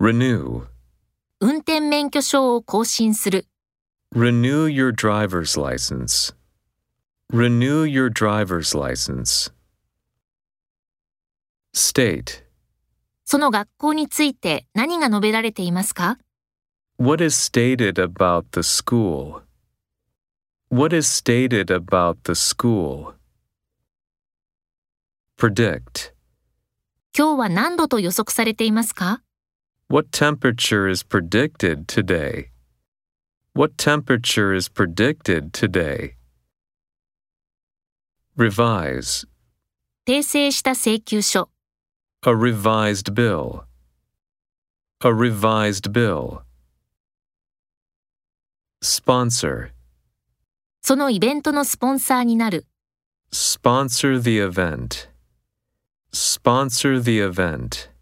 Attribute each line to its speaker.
Speaker 1: Renew.
Speaker 2: 運転免許証を更新する。
Speaker 1: Renew your driver's license. Renew your driver's license. State.
Speaker 2: その学校について何が述べられていますか
Speaker 1: What is stated about the school? What is stated about the school? Predict.
Speaker 2: 今日は何度と予測されていますか
Speaker 1: What temperature is predicted today? What temperature is predicted today? Revise.
Speaker 2: 訂正した請求書。
Speaker 1: A revised bill. A revised bill. Sponsor.
Speaker 2: そのイベントのスポンサーになる。
Speaker 1: Sponsor the event. Sponsor the event.